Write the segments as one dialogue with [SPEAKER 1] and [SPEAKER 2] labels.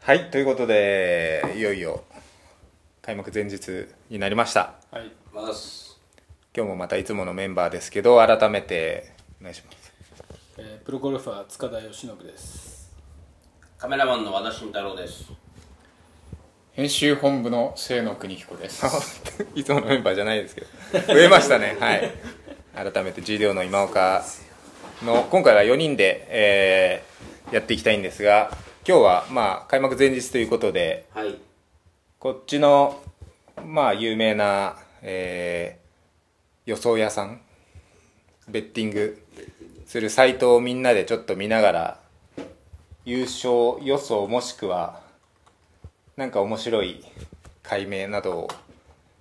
[SPEAKER 1] はいということでいよいよ開幕前日になりました
[SPEAKER 2] はい、
[SPEAKER 3] ます
[SPEAKER 1] 今日もまたいつものメンバーですけど改めてお願いします
[SPEAKER 2] えープロゴルファー塚田義信です
[SPEAKER 3] カメラマンの和田慎太郎です
[SPEAKER 4] 編集本部の清野邦彦です
[SPEAKER 1] いつものメンバーじゃないですけど増えましたねはい改めて授業の今岡の今回は4人で、えーやっていきたいんですが今日はまあ開幕前日ということで
[SPEAKER 3] はい
[SPEAKER 1] こっちの、まあ、有名な、えー予想屋さん、ベッティングするサイトをみんなでちょっと見ながら、優勝予想もしくは、なんか面白い解明などを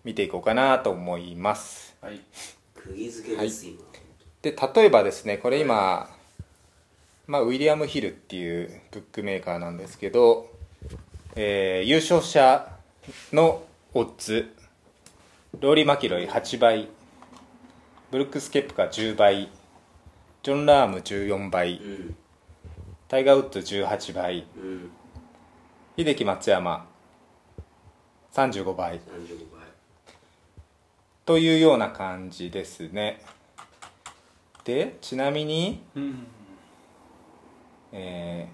[SPEAKER 1] 見ていこうかなと思います。
[SPEAKER 2] はい
[SPEAKER 3] 釘付けです、今
[SPEAKER 1] で、例えばですね、これ今、まあ、ウィリアム・ヒルっていうブックメーカーなんですけど、えー優勝者のオッズローリー・マキロイ8倍ブルックス・ケプカ10倍ジョン・ラーム14倍
[SPEAKER 3] うん
[SPEAKER 1] タイガー・ウッド18倍
[SPEAKER 3] うん
[SPEAKER 1] 秀樹松山35倍
[SPEAKER 3] 35倍
[SPEAKER 1] というような感じですねでちなみに、
[SPEAKER 2] うん
[SPEAKER 1] え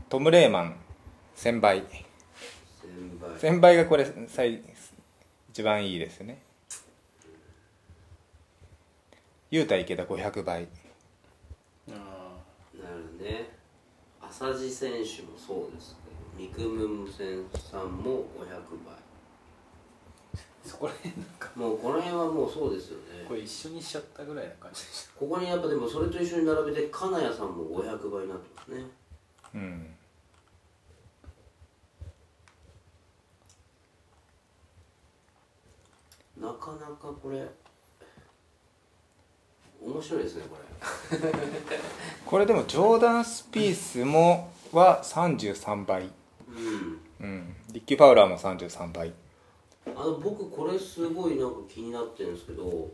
[SPEAKER 1] ートム・レーマン1000倍
[SPEAKER 3] 1000倍
[SPEAKER 1] 1000倍がこれ最一番いいですね雄太池田500倍
[SPEAKER 2] あー
[SPEAKER 3] なるね浅地選手もそうですけど三雲ムムセンさんも500倍
[SPEAKER 2] そこら辺なんか
[SPEAKER 3] もうこの辺はもうそうですよ
[SPEAKER 2] こ
[SPEAKER 3] ね
[SPEAKER 2] れ一緒にしちゃったぐらいな感じでし
[SPEAKER 3] ここにやっぱでもそれと一緒に並べて金谷さんも500倍になってますね
[SPEAKER 1] うん
[SPEAKER 3] なかなかこれ面白いですねこれ
[SPEAKER 1] これでもジョーダン・スピースもは33倍、
[SPEAKER 3] う
[SPEAKER 1] う
[SPEAKER 3] ん
[SPEAKER 1] ん、リッキー・ファウラーも33倍
[SPEAKER 3] あの僕これすごいなんか気になってるんですけど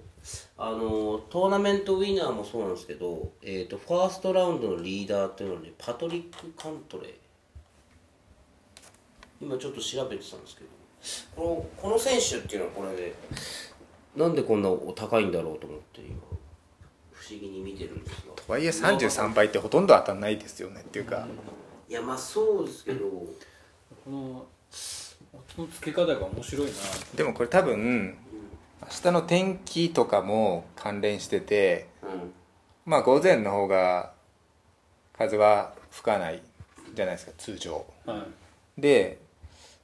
[SPEAKER 3] あのトーナメントウィナーもそうなんですけど、えー、とファーストラウンドのリーダーっていうのでパトリック・カントレー今ちょっと調べてたんですけどこのこの選手っていうのはこれでなんでこんなお高いんだろうと思って今不思議に見てるんですが
[SPEAKER 1] とはいえ33倍ってほとんど当たんないですよねっていうか
[SPEAKER 3] いやまあそうですけど
[SPEAKER 2] たこの音の付け方が面白いな
[SPEAKER 1] でもこれ多分明日の天気とかも関連してて
[SPEAKER 3] うん
[SPEAKER 1] まあ午前の方が風は吹かないじゃないですか通常
[SPEAKER 2] はい、
[SPEAKER 1] で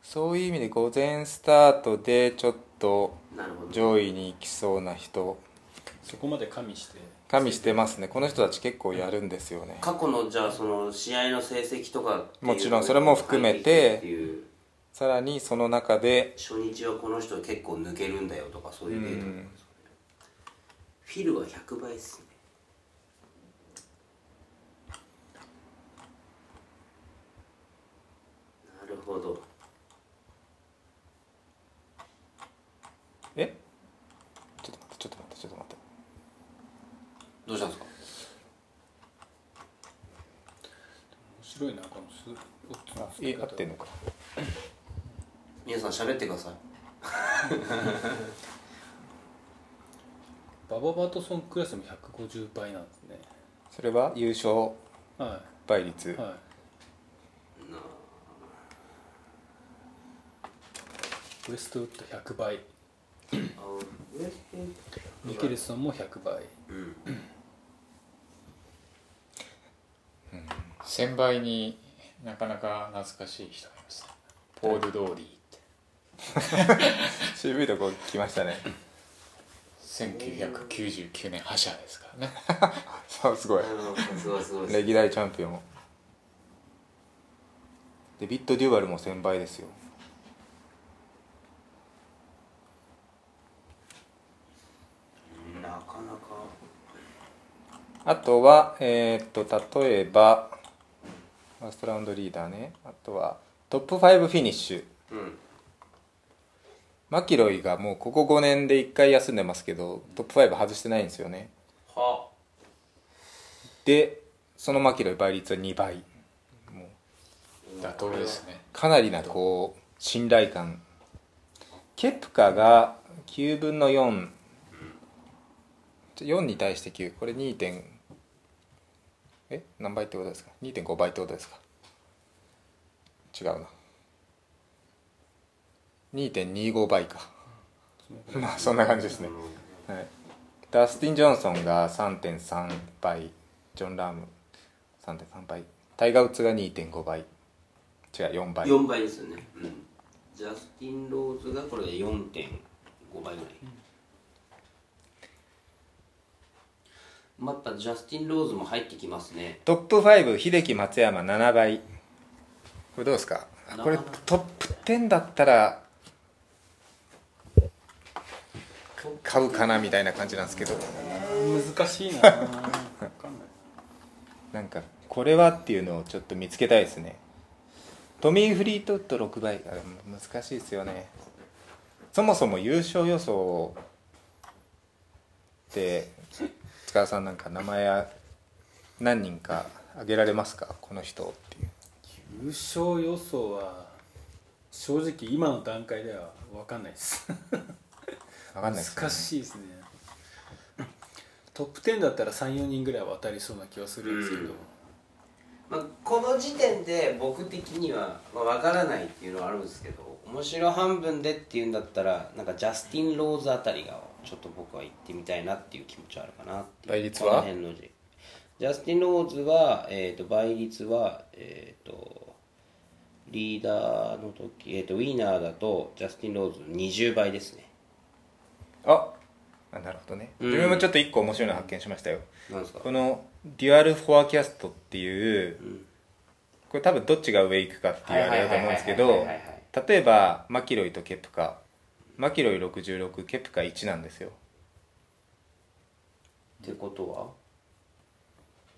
[SPEAKER 1] そういう意味で午前スタートでちょっと
[SPEAKER 3] なるほど
[SPEAKER 1] 上位に行きそうな人
[SPEAKER 2] そこまで加味して
[SPEAKER 1] 加味してますねこの人たち結構やるんですよね
[SPEAKER 3] 過去のじゃあその試合の成績とかっていう
[SPEAKER 1] もちろんそれも含めて
[SPEAKER 3] っていう
[SPEAKER 1] さらにその中で
[SPEAKER 3] 初日はこの人結構抜けるんだよとかそういうデータ
[SPEAKER 1] うん
[SPEAKER 3] とかフィルは100倍っすねなるほど
[SPEAKER 1] えちょっと待ってちょっと待ってちょっと待って
[SPEAKER 3] どうしたんですか
[SPEAKER 2] 面白いなこのす音の
[SPEAKER 1] あ
[SPEAKER 2] 付
[SPEAKER 1] え
[SPEAKER 2] け
[SPEAKER 1] 合
[SPEAKER 2] 方
[SPEAKER 1] ってんのか
[SPEAKER 3] 皆さん喋ってください
[SPEAKER 2] バババトソンクラスも150倍なんですね
[SPEAKER 1] それは優勝
[SPEAKER 2] は
[SPEAKER 1] 倍率
[SPEAKER 2] いはいウエストウッド100倍ミケルソンも100倍
[SPEAKER 3] うん
[SPEAKER 4] 先輩になかなか懐かしい人がいますポール・ドーリーって
[SPEAKER 1] 渋いとこ来ましたね
[SPEAKER 4] 1999年覇者ですからね
[SPEAKER 1] そうすごい
[SPEAKER 3] すごいすごいすごい
[SPEAKER 1] 歴代チャンピオンもデビッド・デュバルも1000倍ですよ
[SPEAKER 3] なかなか
[SPEAKER 1] あとは、えーっと、例えば、ファーストラウンドリーダーね。あとは、トップ5フィニッシュ。
[SPEAKER 3] うん
[SPEAKER 1] マキロイがもうここ5年で1回休んでますけど、トップ5外してないんですよね。
[SPEAKER 3] は
[SPEAKER 1] で、そのマキロイ倍率は2倍。もう
[SPEAKER 4] だ妥当ですね
[SPEAKER 1] かなりなこう信頼感ケプカが9分の44に対して9これ 2. 点え何倍ってことですか2.5倍ってことですか違うな2.25倍かまあそんな感じですね、はい、ダスティン・ジョンソンが3.3倍ジョン・ラーム3.3倍タイガー・ウッズが2.5倍違う4倍
[SPEAKER 3] 4倍ですよね、うん、ジャスティン・ローズがこれで4.5倍ぐらい、またジャスティン・ローズも入ってきますね
[SPEAKER 1] トップ5秀樹松山7倍これどうですかあこれ
[SPEAKER 3] 7倍
[SPEAKER 1] トップ10だったら買うかなみたいな感じなんですけど
[SPEAKER 2] 難しいなわかんない
[SPEAKER 1] なんかこれはっていうのをちょっと見つけたいですねトミー・フリートウッド6倍あ難しいですよねそもそも優勝予想って塚田さんなんか名前や何人か挙げられますかこの人っていう
[SPEAKER 2] 優勝予想は正直今の段階では分かんないです
[SPEAKER 1] 分かんないですね
[SPEAKER 2] 難しいですねトップ10だったら34人ぐらいは当たりそうな気はするんですけど、
[SPEAKER 3] うんまあ、この時点で僕的には、まあ、分からないっていうのはあるんですけど面白半分でっていうんだったらなんかジャスティン・ローズあたりがちょっと僕は行ってみたいなっていう気持ちはあるかなっていう
[SPEAKER 1] 倍率は
[SPEAKER 3] この辺の字ジャスティン・ローズは、えー、と倍率は、えー、とリーダーの時、えー、とウィーナーだとジャスティン・ローズの20倍ですね
[SPEAKER 1] ああなるほどね、
[SPEAKER 3] うん
[SPEAKER 1] 自分もちょっと一個面白いの発見しましたよ
[SPEAKER 3] なんですか
[SPEAKER 1] このデュアルフォアキャストっていう、
[SPEAKER 3] ん
[SPEAKER 1] これ多分どっちが上行くかっていうあれだと思うんですけど例えばマキロイとケプカマキロイ66ケプカ1なんですよ
[SPEAKER 3] ってことは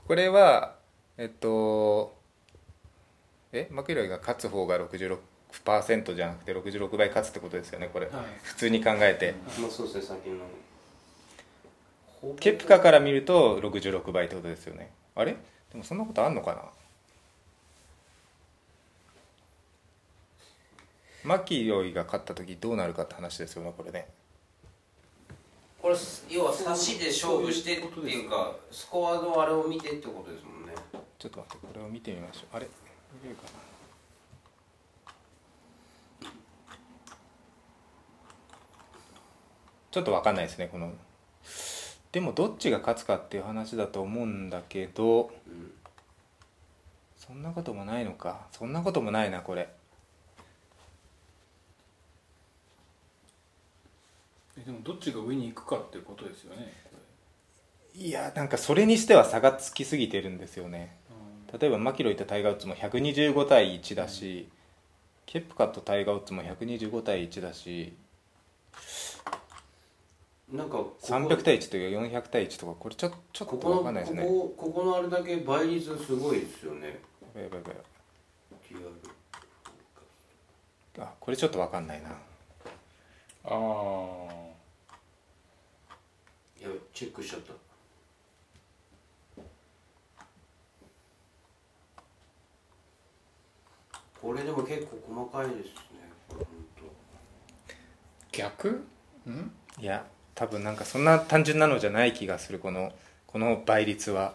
[SPEAKER 1] これはえっとえマキロイが勝つ方が66%じゃなくて66倍勝つってことですよねこれ、
[SPEAKER 2] はい
[SPEAKER 1] 普通に考えて、
[SPEAKER 3] まあそうですね先のほぼ
[SPEAKER 1] ケプカから見ると66倍ってことですよねあれでもそんなことあんのかなマキロイが勝った時どうなるかって話ですよねこれね
[SPEAKER 3] これ要は差しで勝負してって
[SPEAKER 2] そうい
[SPEAKER 3] いうう
[SPEAKER 2] こ
[SPEAKER 3] かスコアのあれを見てってことですもんね
[SPEAKER 1] ちょっと待ってこれを見てみましょうあれ見れるかなちょっとわかんないですねこのでもどっちが勝つかっていう話だと思うんだけど
[SPEAKER 3] うん
[SPEAKER 1] そんなこともないのかそんなこともないなこれ
[SPEAKER 2] えでもどっちが上に行くかっていうことですよね、
[SPEAKER 1] いやなんかそれにしては差がつきすぎてるんですよね
[SPEAKER 2] うん
[SPEAKER 1] 例えばマキロイとタイガー・ウッズも125対1だし、ケプカとタイガー・ウッズも125対1だし
[SPEAKER 3] なんかここ
[SPEAKER 1] 300対1というか400対1とかこれちょちょっ
[SPEAKER 3] ことこの
[SPEAKER 1] 分かんないですね
[SPEAKER 3] ここここのあれだけ倍率すごいですよね
[SPEAKER 1] やばいやばいやばい
[SPEAKER 3] TR
[SPEAKER 1] あこれちょっと分かんないな
[SPEAKER 4] ああ
[SPEAKER 3] いやチェックしちゃったこれでも結構細かいですねこれほんと
[SPEAKER 4] 逆うん
[SPEAKER 1] いや多分なんかそんな単純なのじゃない気がするこのこの倍率は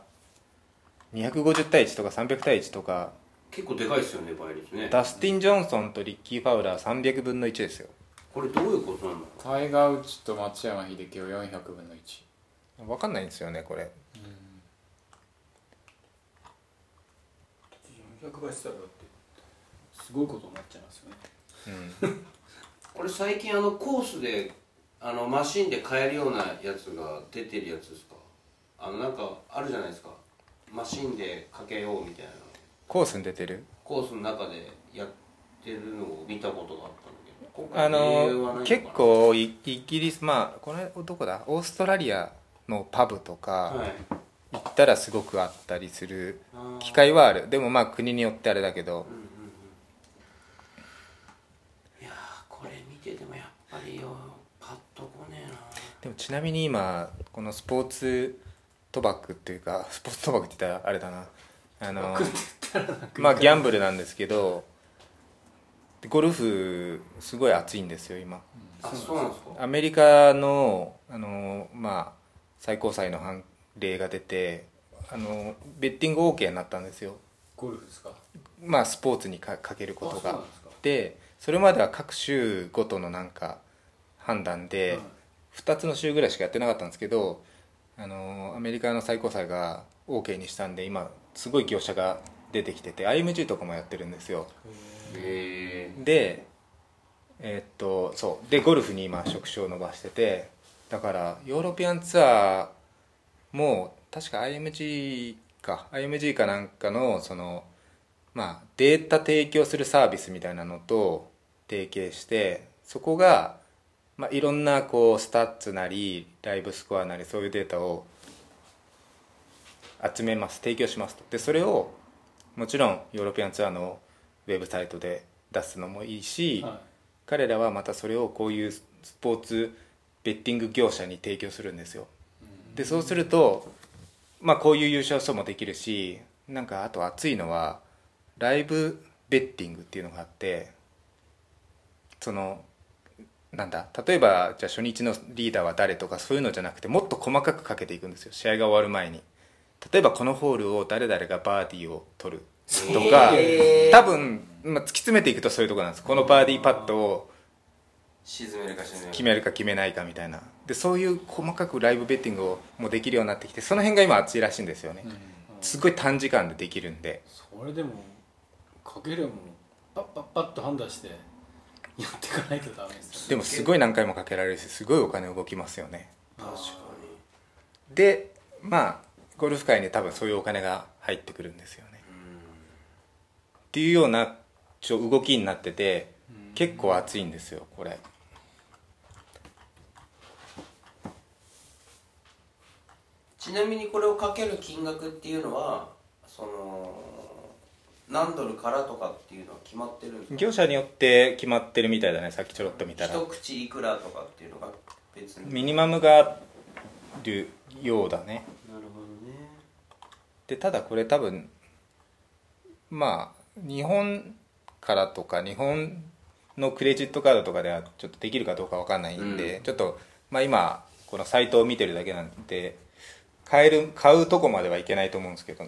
[SPEAKER 1] 250対1とか300対1とか
[SPEAKER 3] 結構でかいですよね倍率ね
[SPEAKER 1] ダスティン・ジョンソンとリッキー・ファウラー300分の1ですよ
[SPEAKER 3] これどういうことなの
[SPEAKER 4] タイガー・ウッズと松山英樹を400分の1
[SPEAKER 1] 分かんないんですよねこれ
[SPEAKER 2] 400倍したらだってすごいことになっちゃいますよね
[SPEAKER 1] うん
[SPEAKER 3] これ最近あのコースであのマシンで買えるようなやつが出てるやつですかあのなんかあるじゃないですかマシンでかけようみたいな
[SPEAKER 1] コースに出てる
[SPEAKER 3] コースの中でやってるのを見たことがあったんだけど今回
[SPEAKER 1] あ
[SPEAKER 3] 理由はない
[SPEAKER 1] の
[SPEAKER 3] のかな
[SPEAKER 1] 結構イイギリスまあこれどこだオーストラリアのパブと
[SPEAKER 3] は
[SPEAKER 1] か
[SPEAKER 3] い
[SPEAKER 1] 行ったらすごくあったりする
[SPEAKER 3] あー
[SPEAKER 1] 機会はあるでもまあ国によってあれだけど
[SPEAKER 3] うんうんうんいやーこれ見ててもやっぱりよパッとこねえな
[SPEAKER 1] でもちなみに今このスポーツ賭博っていうかスポーツ賭博って言ったらあれだなあのまあギャンブルなんですけどゴルフすごい熱いんですよ今
[SPEAKER 3] あそうなんですか
[SPEAKER 1] アメリカのあの、まあ、最高裁の判例が出てあのベッティング OK になったんですよ
[SPEAKER 2] ゴルフですか
[SPEAKER 1] まあ、スポーツにかかけること
[SPEAKER 2] あそう
[SPEAKER 1] が
[SPEAKER 2] なんですか
[SPEAKER 1] でそれまでは各州ごとのなんか判断で
[SPEAKER 2] はい
[SPEAKER 1] 2つの州ぐらいしかやってなかったんですけどあのアメリカの最高裁が OK にしたんで今すごい業者が出てきてて IMG とかもやってるんですよ
[SPEAKER 3] へ
[SPEAKER 1] でえーっとそうでゴルフに今触手を伸ばしててだからヨーロピアンツアーも確か IMG か IMG かなんかのそのまあデータ提供するサービスみたいなのと提携してそこが、まあ、いろんなこうスタッツなりライブスコアなりそういうデータを集めます提供しますとでそれをもちろんヨーロピアンツアーのウェブサイトで出すのもいいし、
[SPEAKER 2] は
[SPEAKER 1] 彼らはまたそれをこういうスポーツベッティング業者に提供するんですよでそうすると、まあ、こういう優勝賞もできるしなんかあと熱いのはライブベッティングっていうのがあってそのなんだ例えばじゃあ初日のリーダーは誰とかそういうのじゃなくてもっと細かくかけていくんですよ試合が終わる前に例えばこのホールを誰々がバーディーを取るとか、
[SPEAKER 3] えー
[SPEAKER 1] 多分、まあ、突き詰めていくとそういうとこなんですこのバーディーパットを
[SPEAKER 3] 沈めるか沈める
[SPEAKER 1] 決めるか決めないかみたいなでそういう細かくライブベッティングをもうできるようになってきてその辺が今熱いらしいんですよね、すごい短時間でできるんで
[SPEAKER 2] それでもかけるものパッパッパッと判断してやっていかないとダメです
[SPEAKER 1] で
[SPEAKER 2] よね
[SPEAKER 1] もすごい何回もかけられるしすごいお金動きますよね
[SPEAKER 2] 確か
[SPEAKER 1] でまあゴルフ界に多分そういうお金が入ってくるんですよねっていうようなちょ動きになってて結構熱いんですよこれ
[SPEAKER 3] ちなみにこれをかける金額っていうのはその何ドルからとかっていうのは決まってるんですか
[SPEAKER 1] 業者によって決まってるみたいだねさっきちょろっと見たら
[SPEAKER 3] 一口いくらとかっていうのが別に
[SPEAKER 1] ミニマムがあるようだね
[SPEAKER 3] なるほどね
[SPEAKER 1] でただこれ多分まあ日本からとか日本のクレジットカードとかではちょっとできるかどうかわかんないんで、
[SPEAKER 3] うん
[SPEAKER 1] ちょっと、まあ、今このサイトを見てるだけなんで買える買うとこまではいけないと思うんですけど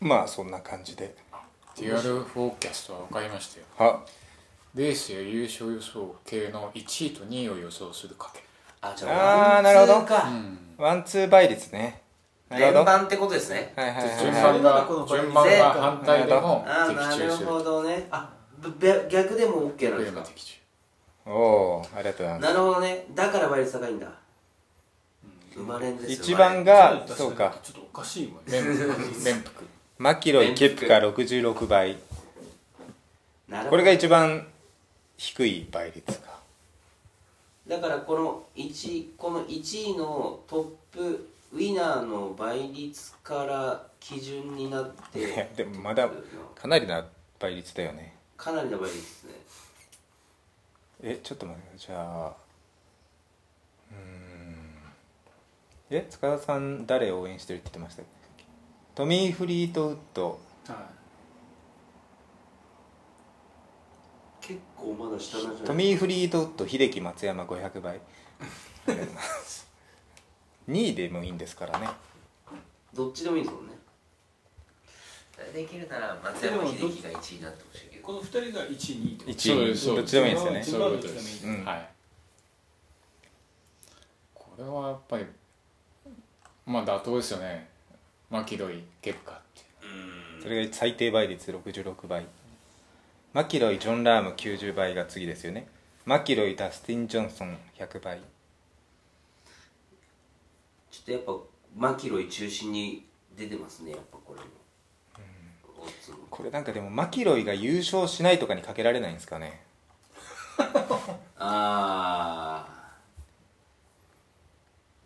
[SPEAKER 1] まあそんな感じで
[SPEAKER 4] デュアルフォーキャストは分かりましたよ
[SPEAKER 1] は
[SPEAKER 4] レースや優勝予想系の1位と2位を予想する賭け
[SPEAKER 3] あじゃあ
[SPEAKER 1] あーなるほど
[SPEAKER 3] ワンツーか
[SPEAKER 4] うん
[SPEAKER 1] ワンツー倍率ねなる
[SPEAKER 3] 連
[SPEAKER 1] ほどはい
[SPEAKER 3] 番ってことですね
[SPEAKER 1] はいはい
[SPEAKER 4] 順
[SPEAKER 1] はい
[SPEAKER 4] 番が順番が反対でも
[SPEAKER 3] あー
[SPEAKER 4] 的
[SPEAKER 3] な
[SPEAKER 4] 中す
[SPEAKER 3] る
[SPEAKER 4] る
[SPEAKER 3] ほどねあべ逆でも OK なんで
[SPEAKER 4] 上
[SPEAKER 3] す
[SPEAKER 4] も
[SPEAKER 3] か
[SPEAKER 4] 的中
[SPEAKER 1] おおーありがとうございま
[SPEAKER 3] なるほどねだから倍率高いんだ生まれんです
[SPEAKER 1] す
[SPEAKER 3] よ
[SPEAKER 1] 一番
[SPEAKER 2] に
[SPEAKER 1] がそうか
[SPEAKER 2] ちょっとおかしいもんね
[SPEAKER 4] 連 服連服
[SPEAKER 1] マキロイケプカ66倍
[SPEAKER 3] なるほ
[SPEAKER 1] こ
[SPEAKER 3] ど
[SPEAKER 1] れが一番低い倍率か
[SPEAKER 3] だからこの1この1位のトップウィナーの倍率から基準になっ
[SPEAKER 1] いや
[SPEAKER 3] て
[SPEAKER 1] でもまだかなりな倍率だよね
[SPEAKER 3] かなりの倍率ですね
[SPEAKER 1] えちょっと待ってじゃあうーんえ塚田さん誰を応援してるって言ってましたっけトミー・フリートウッド
[SPEAKER 2] は
[SPEAKER 3] 結構まだ下なんじゃ
[SPEAKER 1] ト
[SPEAKER 3] ない
[SPEAKER 1] ミー・フリートウッド秀樹松山500倍2位でもいいんですからね
[SPEAKER 3] どっちでもいいですもんねできるなら松
[SPEAKER 2] 山英樹
[SPEAKER 3] が1位になってほしいけ
[SPEAKER 2] いこの二人が1位2位ってこ
[SPEAKER 1] 1
[SPEAKER 4] そう
[SPEAKER 1] 位
[SPEAKER 4] ですそう
[SPEAKER 1] ど
[SPEAKER 4] で
[SPEAKER 1] っ
[SPEAKER 4] す
[SPEAKER 1] ちでもいいんですよね
[SPEAKER 2] そ
[SPEAKER 4] そういうことです、
[SPEAKER 1] うん
[SPEAKER 4] はいこれはやっぱりまあ妥当ですよねマキロイケプカって
[SPEAKER 1] それが最低倍率66倍マキロイジョン・ラーム90倍が次ですよねマキロイダスティン・ジョンソン100倍
[SPEAKER 3] ちょっとやっぱマキロイ中心に出てますねやっぱこれも、オッズも
[SPEAKER 1] これなんかでもマキロイが優勝しないとかにかけられないんですかね
[SPEAKER 3] ああ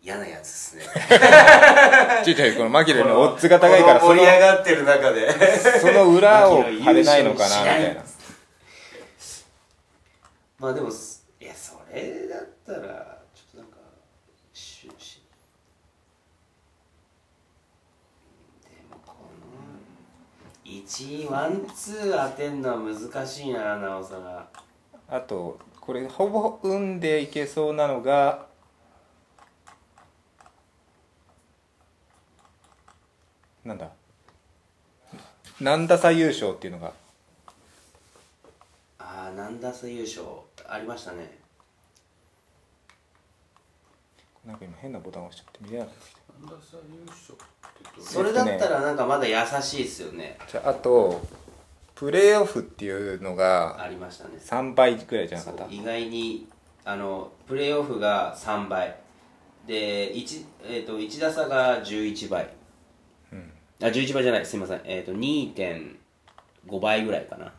[SPEAKER 3] 嫌なやつですね
[SPEAKER 1] ちょいちょいこのマキロイのオッズが高いから
[SPEAKER 3] こ
[SPEAKER 1] そ
[SPEAKER 3] の
[SPEAKER 1] の
[SPEAKER 3] 盛り上がってる中で
[SPEAKER 1] その裏を張れないのかなみたいな
[SPEAKER 3] まあでもすいやそれだったらちょっとなんかしゅしでもこの5 1位ワンツー当てんのは難しいななおさら
[SPEAKER 1] あとこれほぼ運でいけそうなのがなんだ何打差優勝っていうのが
[SPEAKER 3] ああ何打差優勝ありましたね
[SPEAKER 1] なんか今変なボタン押しちゃって見れなくなってきた
[SPEAKER 2] 安打差優勝ってどう
[SPEAKER 3] それだったらなんかまだ優しいですよね
[SPEAKER 1] じゃああとプレーオフっていうの
[SPEAKER 3] あ
[SPEAKER 1] が
[SPEAKER 3] りましたね
[SPEAKER 1] 3倍ぐらいじゃなかった
[SPEAKER 3] そう意外にあのプレーオフが3倍で 1,、えー、と1打差が11倍、あ11倍じゃないすいません、えー、と2.5倍ぐらいかな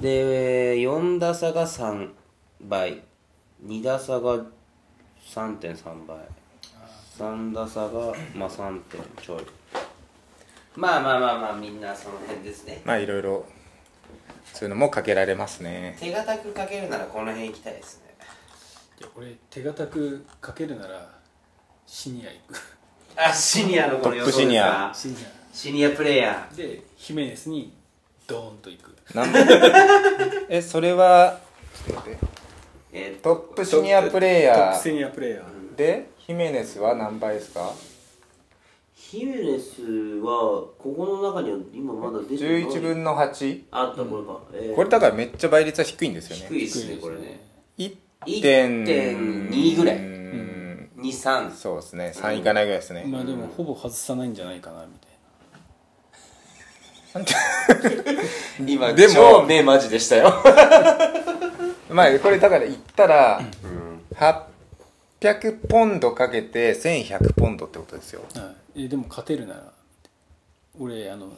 [SPEAKER 3] で4打差が3倍2打差が3.3倍3打差がまあ3点ちょいまあまあまあまあみんなその辺ですね
[SPEAKER 1] まあいろいろそういうのもかけられますね
[SPEAKER 3] 手堅くかけるならこの辺行きたいですね
[SPEAKER 2] いや俺手堅くかけるならシニア行く
[SPEAKER 3] あシニアのこの予想です
[SPEAKER 1] トップ
[SPEAKER 3] か
[SPEAKER 1] シニア
[SPEAKER 2] シニ
[SPEAKER 3] シニアプレイヤ
[SPEAKER 2] アでヒメネスにドーンと行く
[SPEAKER 1] なん えそれはちょっと待って
[SPEAKER 3] ー、えー
[SPEAKER 1] トップシニアプレイ
[SPEAKER 2] ト
[SPEAKER 1] ヤ
[SPEAKER 2] ップ
[SPEAKER 1] ー
[SPEAKER 2] シニアプレイヤー
[SPEAKER 1] でヒメネスは何倍ですか
[SPEAKER 3] ヒメネスはここの中には今まだ出てない
[SPEAKER 1] 11分の8
[SPEAKER 3] あったこれか、えー
[SPEAKER 1] これだからめっちゃ倍率は低いんですよ
[SPEAKER 3] 低
[SPEAKER 1] ね
[SPEAKER 3] いっすねこれね
[SPEAKER 1] 1.2
[SPEAKER 3] 1.2ぐらい
[SPEAKER 1] うん
[SPEAKER 3] 23
[SPEAKER 1] そうですね3いかないぐらいですね、
[SPEAKER 2] まあでもほぼ外さないんじゃないかなみたい
[SPEAKER 3] 今
[SPEAKER 1] でも
[SPEAKER 3] 超目マジでしたよ
[SPEAKER 1] まあこれだから言ったら、800ポンドかけて1100ポンドってことですよ
[SPEAKER 2] な、はい、えでも勝てるなら俺あの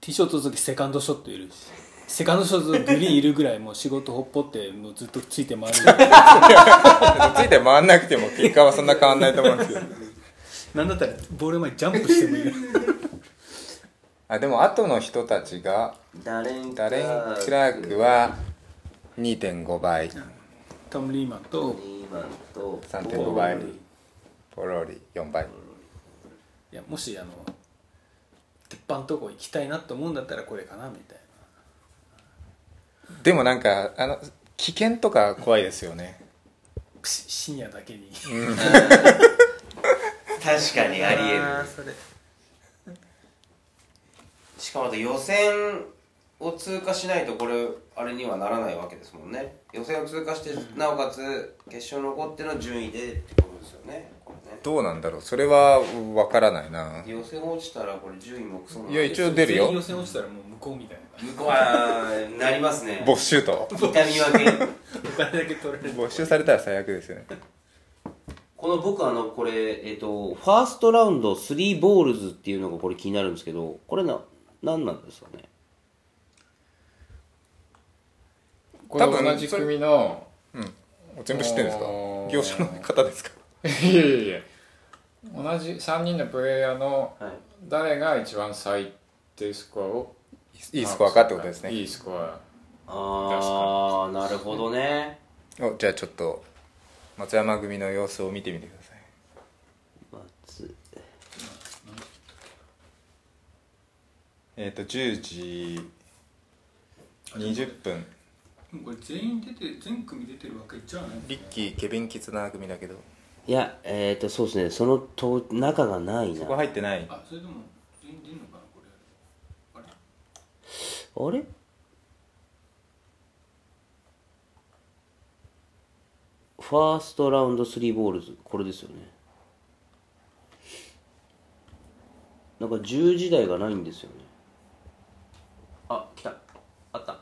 [SPEAKER 2] ティーショットの時セカンドショットいるしセカンドショットの時グリーンいるぐらいもう仕事ほっぽってもうずっとついて回るぐらい
[SPEAKER 1] ついて回んなくても結果はそんな変わんないと思うんですけど
[SPEAKER 2] なんだったらボール前にジャンプしてもいい
[SPEAKER 1] あでも後の人たちが
[SPEAKER 3] ダレン・
[SPEAKER 1] ダレン・クラークは2.5倍
[SPEAKER 2] トム・リーマンと
[SPEAKER 3] リーマンと
[SPEAKER 1] 3.5倍ポロリ4倍
[SPEAKER 2] いやもしあの鉄板のとこ行きたいなと思うんだったらこれかなみたい
[SPEAKER 1] でもなんかあの危険とか怖いですよね
[SPEAKER 2] なシシニアだけに
[SPEAKER 3] 確かにありえる
[SPEAKER 2] あーそれ
[SPEAKER 3] しかもだって予選を通過しないとこれあれにはならないわけですもんね予選を通過してなおかつ決勝残っての順位でってことですよねこれね
[SPEAKER 1] どうなんだろうそれはわからないな
[SPEAKER 3] 予選落ちたらこれ順位もクソな い
[SPEAKER 1] や一応出る
[SPEAKER 2] 全員
[SPEAKER 1] よ
[SPEAKER 2] 予選落ちたらもう向こうみたいな
[SPEAKER 3] 向こうはなりますね
[SPEAKER 1] 没収と
[SPEAKER 3] 痛み分け
[SPEAKER 2] お金だけ取られる
[SPEAKER 1] 没収されたら最悪ですよね
[SPEAKER 3] この僕あのこれえっとファーストラウンド3ボールズっていうのがこれ気になるんですけどこれな何なんですかね
[SPEAKER 4] これ
[SPEAKER 1] 多分
[SPEAKER 4] 同じ組の
[SPEAKER 1] 全部知ってるんですか
[SPEAKER 4] おー
[SPEAKER 1] 業者の方ですか
[SPEAKER 4] いやいやいや同じ3人のプレイヤーの
[SPEAKER 3] はい
[SPEAKER 4] 誰が一番最低スコアを
[SPEAKER 1] いいスコアかってことです
[SPEAKER 4] い
[SPEAKER 1] ね
[SPEAKER 4] いスコア
[SPEAKER 3] ああなるほどね
[SPEAKER 1] おじゃあちょっと松山組の様子を見てみてください
[SPEAKER 3] 松
[SPEAKER 1] えっ、と10時20分
[SPEAKER 2] これ全員出て全組出てるわけじゃない
[SPEAKER 1] リッキーケビン・キツナー組だけど
[SPEAKER 3] いやえっ、とそうですねそのと中がないな
[SPEAKER 1] ここ入ってない
[SPEAKER 2] あそれでも全員出るのかなこれあれ
[SPEAKER 3] あれファーストラウンド3ボールズこれですよねなんか10時台がないんですよねあ来たあった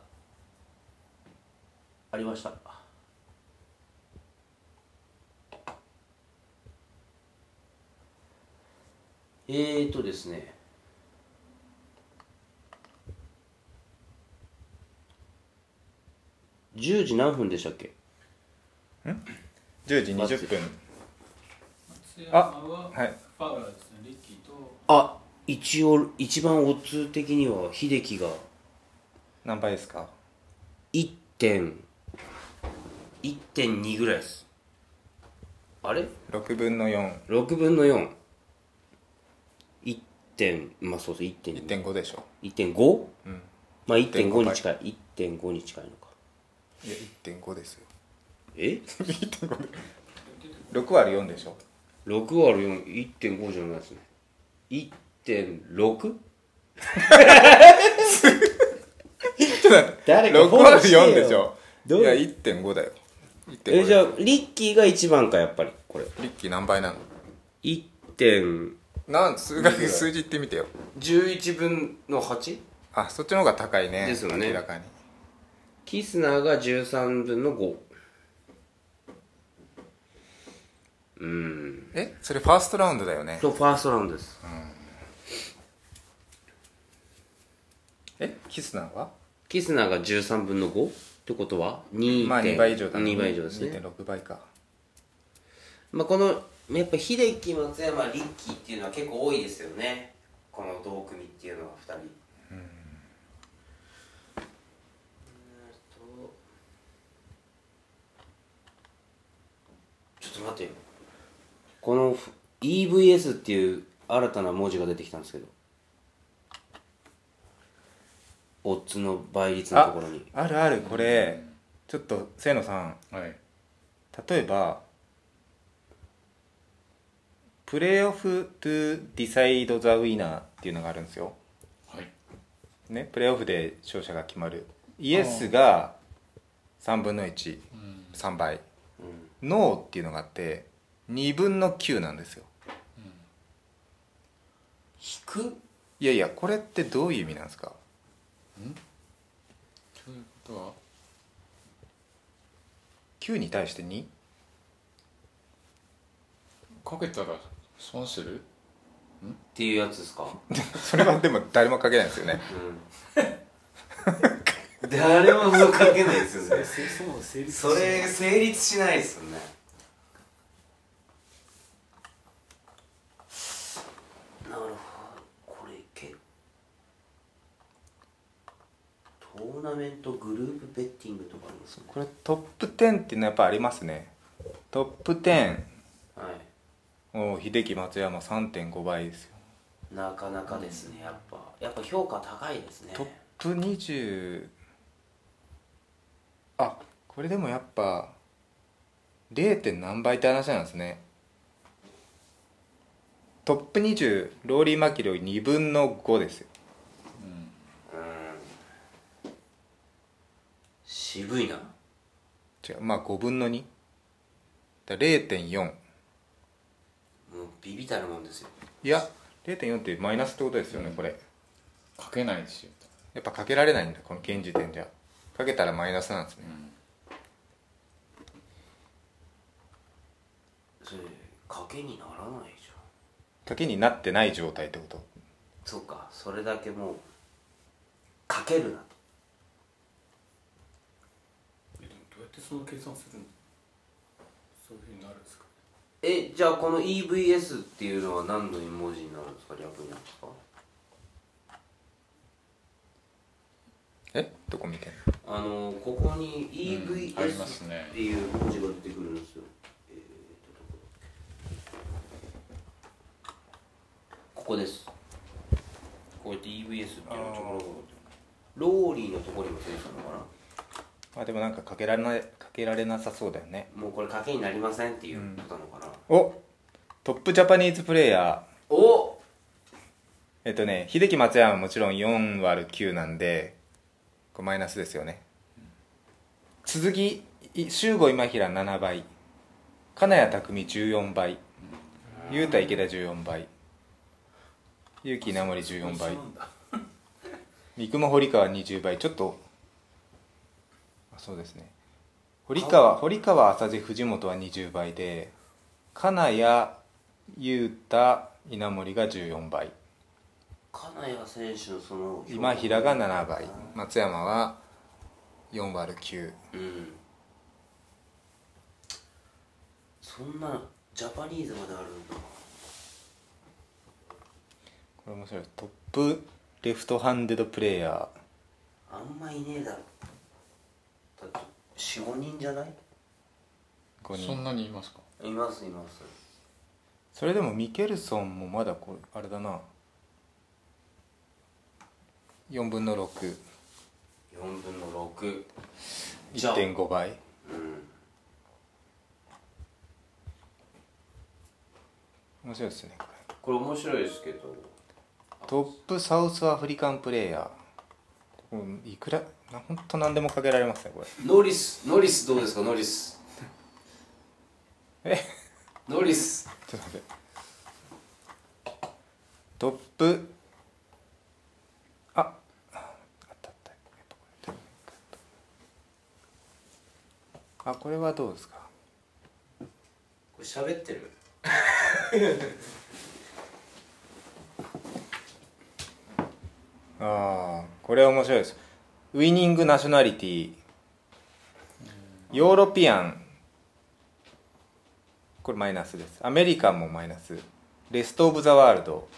[SPEAKER 3] ありましたえーとですね10時何分でしたっけ
[SPEAKER 1] 10時20分
[SPEAKER 2] 松山は
[SPEAKER 1] はい
[SPEAKER 2] ファウラーですねリッキーと
[SPEAKER 3] あ一応一番オッズ的には秀樹が
[SPEAKER 1] 何倍ですか
[SPEAKER 3] 1点1.2ぐらいですあれ
[SPEAKER 1] 6分の4
[SPEAKER 3] 6分の41点まあそうそう1.5
[SPEAKER 1] 1.5でしょ、
[SPEAKER 3] 1.5?
[SPEAKER 1] うん、
[SPEAKER 3] まあ1.5に近い1.5に近いのか
[SPEAKER 1] いや1.5ですよ
[SPEAKER 3] え
[SPEAKER 1] 6割4でしょ
[SPEAKER 3] 6割る1.5じゃないですね 1.6? 誰か
[SPEAKER 1] 6
[SPEAKER 3] フォロー
[SPEAKER 1] 割
[SPEAKER 3] してよ
[SPEAKER 1] 4でしょい
[SPEAKER 3] どう
[SPEAKER 1] や1.5だよ1.5
[SPEAKER 3] えじゃあ
[SPEAKER 1] リ
[SPEAKER 3] リッキーが1番かやっぱりこれ
[SPEAKER 1] ッキー何倍なの
[SPEAKER 3] 1.11
[SPEAKER 1] なん数学数字言ってみてよ
[SPEAKER 3] 分の 8?
[SPEAKER 1] あそっちの方が高いね
[SPEAKER 3] ですよね
[SPEAKER 1] 明らかに
[SPEAKER 3] キスナーが13分の5うーん
[SPEAKER 1] えそれファーストラウンドだよね
[SPEAKER 3] そうファーストラウンドです
[SPEAKER 1] えキスナーは
[SPEAKER 3] キスナーが13分の 5? ってことは2.2
[SPEAKER 1] まあ2倍以上だ
[SPEAKER 3] 2倍以上ですね
[SPEAKER 1] 2.6倍か
[SPEAKER 3] まあ、このやっぱ秀樹松山リッキーっていうのは結構多いですよねこの同組っていうのは2人うんとちょっと待ってよこの EVS っていう新たな文字が出てきたんですけどオッズの倍率のと
[SPEAKER 1] あ
[SPEAKER 3] ころに
[SPEAKER 1] あるあるこれちょっと清野さん
[SPEAKER 4] はい
[SPEAKER 1] 例えばプレーオフ・トゥ・ディサイド・ザ・ウィナーっていうのがあるんですよ、
[SPEAKER 4] はい
[SPEAKER 1] ね、プレーオフで勝者が決まるイエスが3分の13
[SPEAKER 4] うん
[SPEAKER 1] 倍
[SPEAKER 3] うん
[SPEAKER 1] ノーっていうのがあって2分の9なんですよ
[SPEAKER 3] 引く
[SPEAKER 1] いやいやこれってどういう意味なんですか
[SPEAKER 4] ということは
[SPEAKER 1] 9に対して 2?
[SPEAKER 4] かけたら損する
[SPEAKER 3] っていうやつですか
[SPEAKER 1] それはでも誰も書けないですよね
[SPEAKER 3] 誰もそうかけないですよね
[SPEAKER 2] そそも成立し
[SPEAKER 3] それ成立しないですよねなるほどこれけトーナメントグループベッティングとかありますね
[SPEAKER 1] これトップ10っていうのはやっぱありますねトップ10
[SPEAKER 3] はい
[SPEAKER 1] を秀樹松山3.5倍ですよ
[SPEAKER 3] なかなかですねやっぱやっぱ評価高いですね
[SPEAKER 1] トップ20あこれでもやっぱ 0. 点何倍って話なんですねトップ20ローリー・マキロイ2分の5ですよ
[SPEAKER 4] うん
[SPEAKER 3] 渋いな
[SPEAKER 1] 違うまあ5分の2だから0.4
[SPEAKER 3] もうビビたるもんですよ
[SPEAKER 1] いや0.4ってマイナスってことですよね、これ
[SPEAKER 4] かけないですよ
[SPEAKER 1] やっぱかけられないんだこの現時点じゃかけたらマイナスなんですね、
[SPEAKER 3] それ賭けにならないじゃん
[SPEAKER 1] かけになってない状態ってこと
[SPEAKER 3] そうかそれだけもうかけるなと
[SPEAKER 2] えでもどうやってその計算するのそういうふうになるんですか
[SPEAKER 3] えじゃあこの EVS っていうのは何の文字になるんですか略になるんですか
[SPEAKER 1] えどこ見てんの
[SPEAKER 3] あのここに
[SPEAKER 4] うんあり
[SPEAKER 3] EVS
[SPEAKER 4] ますね
[SPEAKER 3] っていう文字が出てくるんですよ、えーとどこだっけここですこうやって EVS っていうのちょころローリーのところにも出てきたのかな
[SPEAKER 1] まあでもなんかかけられないかけられなさそうだよね
[SPEAKER 3] もうこれ賭けになりませんっていうことなのかな、
[SPEAKER 1] おトップジャパニーズプレイヤー
[SPEAKER 3] お
[SPEAKER 1] えっとね秀樹松山はもちろん4割る9なんでこれマイナスですよね鈴木い周吾今平7倍金谷拓実14倍雄太池田14倍結城稲森14倍
[SPEAKER 2] そうなんだ
[SPEAKER 1] 三雲堀川20倍ちょっとあそうですね堀川堀川浅地藤本は20倍で金谷雄太稲森が14倍
[SPEAKER 3] 金谷選手のその
[SPEAKER 1] 今平が7倍松山は4割る9
[SPEAKER 3] うんそんなジャパニーズまであるんだ
[SPEAKER 1] これ面白いトップレフトハンデドプレーヤ
[SPEAKER 3] あんまいねえだろだって45人じゃない
[SPEAKER 1] ー5
[SPEAKER 4] そん
[SPEAKER 1] 人
[SPEAKER 4] なにいますか
[SPEAKER 3] いますいます
[SPEAKER 1] それでもミケルソンもまだこれあれだな4分の6
[SPEAKER 3] 4分の6
[SPEAKER 1] 1.5倍面白いですねこれ
[SPEAKER 3] これ面白いですけど
[SPEAKER 1] トップサウスアフリカンプレイヤーうんいくらな本当何でもかけられますねこれ
[SPEAKER 3] ノリスノリスどうですかノリス
[SPEAKER 1] え
[SPEAKER 3] ノリス
[SPEAKER 1] ちょっと待ってトップああったあったあこれはどうですか
[SPEAKER 3] これ喋ってる
[SPEAKER 1] ああこれは面白いですウイニングナショナリティヨーロピアンこれマイナスですアメリカンもマイナスレスト・オブ・ザ・ワールド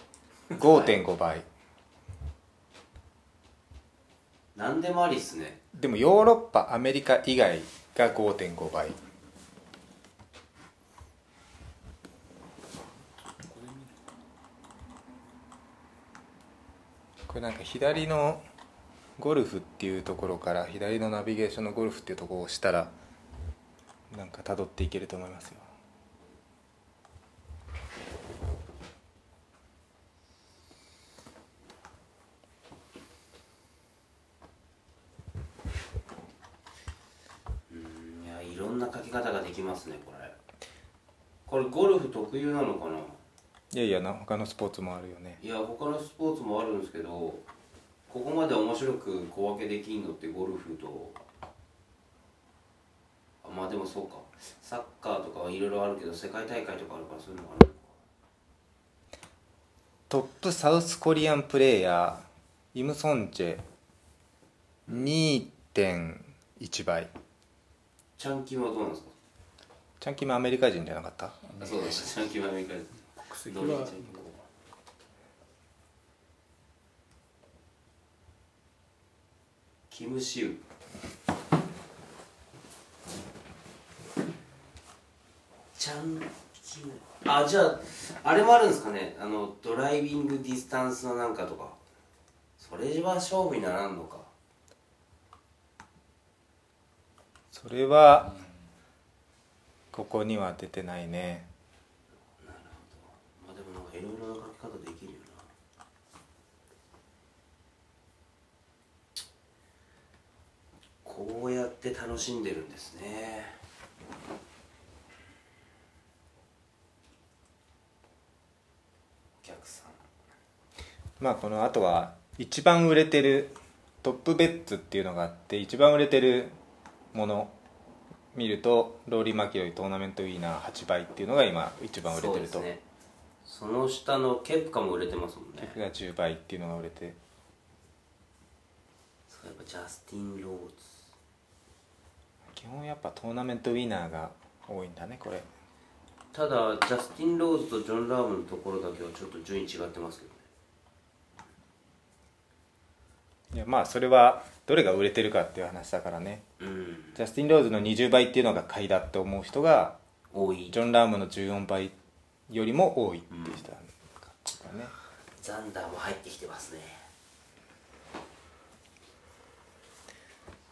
[SPEAKER 1] 5.5倍
[SPEAKER 3] 何でもありっすね
[SPEAKER 1] でもヨーロッパアメリカ以外が5.5倍これなんか左のゴルフっていうところから左のナビゲーションのゴルフっていうところを押したらなんか辿っていけると思いますよ
[SPEAKER 3] うんいやいろんな書き方ができますねこれこれゴルフ特有なのかない
[SPEAKER 1] やいやな他のスポーツもあるよね
[SPEAKER 3] いや他のスポーツもあるんですけどここまで面白く小分けできんのってゴルフとあまあでもそうかサッカーとかはいろいろあるけど世界大会とかあるからそういうのもあるのか
[SPEAKER 1] トップサウスコリアンプレーヤーイム・ソンチェ2.1倍
[SPEAKER 3] チャンキンはどうなんですか
[SPEAKER 1] チャンキムアメリカ人じゃなかった
[SPEAKER 3] あそうですチャンキンはアメリカです
[SPEAKER 2] 国籍
[SPEAKER 3] どういう
[SPEAKER 2] は
[SPEAKER 3] チャンキンかキム・シウチャンキムあじゃああれもあるんですかねあのドライビングディスタンスのなんかとかそれは勝負にならんのか
[SPEAKER 1] それはここには出てないね
[SPEAKER 3] まあでもなんかいろいろな書き方できるよなこうやって楽しんでるんですねお客さん
[SPEAKER 1] まあこのあとは一番売れてるトップベッツっていうのがあって一番売れてるもの見るとローリー・マキロイトーナメントウィーナー8倍っていうのが今一番売れ
[SPEAKER 3] そう
[SPEAKER 1] て
[SPEAKER 3] で
[SPEAKER 1] る
[SPEAKER 3] す
[SPEAKER 1] と、
[SPEAKER 3] ねその下のケプカも売れてますもんね
[SPEAKER 1] それが10倍っていうのが売れて
[SPEAKER 3] そういえばジャスティン・ローズ
[SPEAKER 1] 基本やっぱトーナメントウィーナーが多いんだねこれ
[SPEAKER 3] ただジャスティン・ローズとジョン・ラームのところだけはちょっと順位違ってますけどね
[SPEAKER 1] いやまあそれはどれが売れてるかっていう話だからね
[SPEAKER 3] うん
[SPEAKER 1] ジャスティン・ローズの20倍っていうのが買いだって思う人が
[SPEAKER 3] 多い
[SPEAKER 1] ジョン・ラームの14倍よりも多いっていう人なんだね、
[SPEAKER 3] ザンダーも入ってきてますね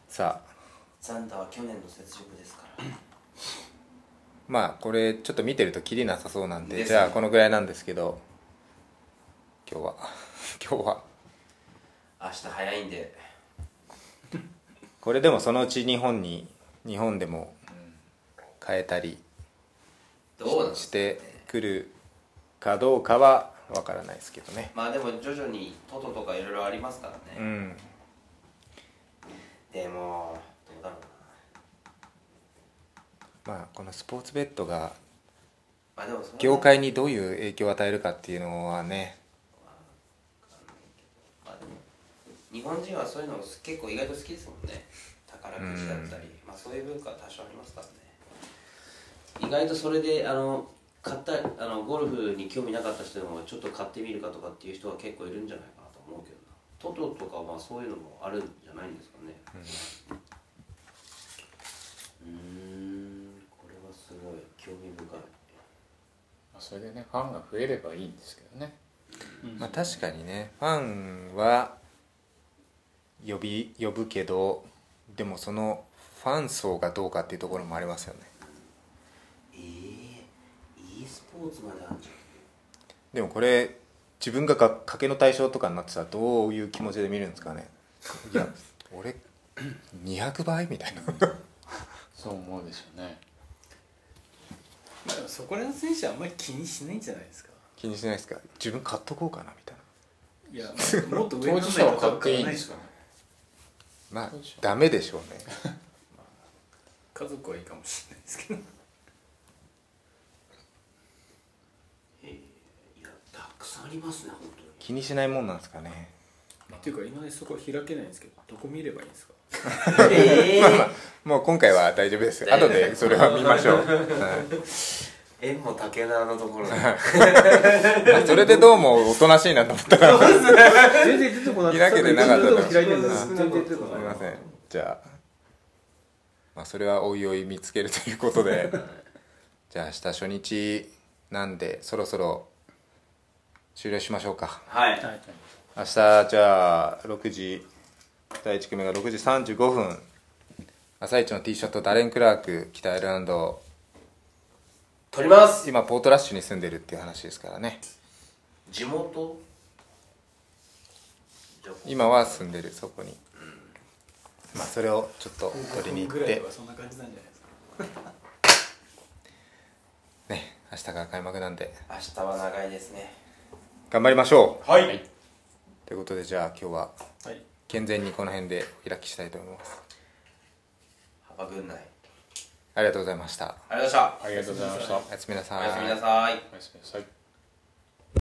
[SPEAKER 1] さあ
[SPEAKER 3] ザンダーは去年の雪辱ですから
[SPEAKER 1] まあこれちょっと見てるとキリなさそうなんで
[SPEAKER 3] です
[SPEAKER 1] じ
[SPEAKER 3] ね
[SPEAKER 1] ゃあこのぐらいなんですけど今日は 今日は
[SPEAKER 3] 明日早いんで
[SPEAKER 1] これでもそのうち日本に日本でも変えたり
[SPEAKER 3] どうなんです
[SPEAKER 1] し
[SPEAKER 3] か
[SPEAKER 1] てくるかどうかはわからないですけどね
[SPEAKER 3] まあでも徐々にトトとかいろいろありますから
[SPEAKER 1] う
[SPEAKER 3] ね、
[SPEAKER 1] ん
[SPEAKER 3] でもどうだろうな
[SPEAKER 1] まあこのスポーツベッドが
[SPEAKER 3] まあでもそれは
[SPEAKER 1] 業界にどういう影響を与えるかっていうのはね
[SPEAKER 3] まあでも日本人はそういうの結構意外と好きですもんね宝くじだったり、まあそういう文化は多少ありますからね意外とそれであの買ったあのゴルフに興味なかった人でもちょっと買ってみるかとかっていう人は結構いるんじゃないかなと思うけどなトトとかまあそういうのもあるんじゃないんですかねうーんこれはすごい興味深い
[SPEAKER 4] まあそれでねファンが増えればいいんですけどね
[SPEAKER 1] まあ確かにねファンは呼び呼ぶけどでもそのファン層がどうかっていうところもありますよね
[SPEAKER 3] ええ e スポーツまであるじゃん
[SPEAKER 1] でもこれ自分がが賭けの対象とかになってたらどういう気持ちで見るんですかねい や俺200倍みたいな
[SPEAKER 4] そう思うでしょうね
[SPEAKER 2] まあでもそこら辺の選手はあんまり気にしないんじゃないですか
[SPEAKER 1] 気にしないですか自分買っとこうかなみたいない
[SPEAKER 2] やもっと上
[SPEAKER 4] 当
[SPEAKER 2] の
[SPEAKER 4] 事者は買っていいんですかね
[SPEAKER 1] まあ
[SPEAKER 4] そうでしょう
[SPEAKER 1] ダメでしょうね
[SPEAKER 2] 家族はいいかもしれないですけど
[SPEAKER 3] ええいやたくさんありますね本当に
[SPEAKER 1] 気にしないもんなんですかね
[SPEAKER 2] っていうか 今までそこは開けないんですけどどこ見ればいいんですか
[SPEAKER 3] え
[SPEAKER 1] もう今回は大丈夫ですよ後でそれは見ましょう、は
[SPEAKER 3] え 縁も竹縄のところで
[SPEAKER 1] い、それでどうもおとなしいなと思ったら
[SPEAKER 2] 全然出てこな
[SPEAKER 1] 開けてなかったな
[SPEAKER 2] 開いてるのに全然出て
[SPEAKER 1] す
[SPEAKER 2] こ
[SPEAKER 1] み
[SPEAKER 2] ない
[SPEAKER 1] ませんじゃあ,、まあそれはおいおい見つけるということで じゃあ明日初日なんでそろそろ終了しましょうか
[SPEAKER 3] はい
[SPEAKER 2] はい
[SPEAKER 1] 明日じゃあ6時第1組が6時35分朝一の T ショットダレン・クラーク北アイルランド
[SPEAKER 3] 撮ります
[SPEAKER 1] 今ポートラッシュに住んでるっていう話ですからね
[SPEAKER 3] 地元じゃあ
[SPEAKER 1] 今は住んでるそこにまあそれをちょっと取りに行っ
[SPEAKER 2] ぐらい
[SPEAKER 1] て
[SPEAKER 2] はそんな感じなんじゃないですか
[SPEAKER 1] ね明日から開幕なんで
[SPEAKER 3] 明日は長いですね
[SPEAKER 1] 頑張りましょう
[SPEAKER 3] は
[SPEAKER 4] はい
[SPEAKER 1] ということでじゃあ今日は
[SPEAKER 2] はい
[SPEAKER 1] 健全にこの辺でお開きしたいと思います
[SPEAKER 3] 幅ぐんない
[SPEAKER 1] ありがとうございました
[SPEAKER 3] ありがとうございまし
[SPEAKER 4] ありがとうございましたおや
[SPEAKER 1] おやすみなさい
[SPEAKER 3] たおやすみなさい
[SPEAKER 4] すみなさい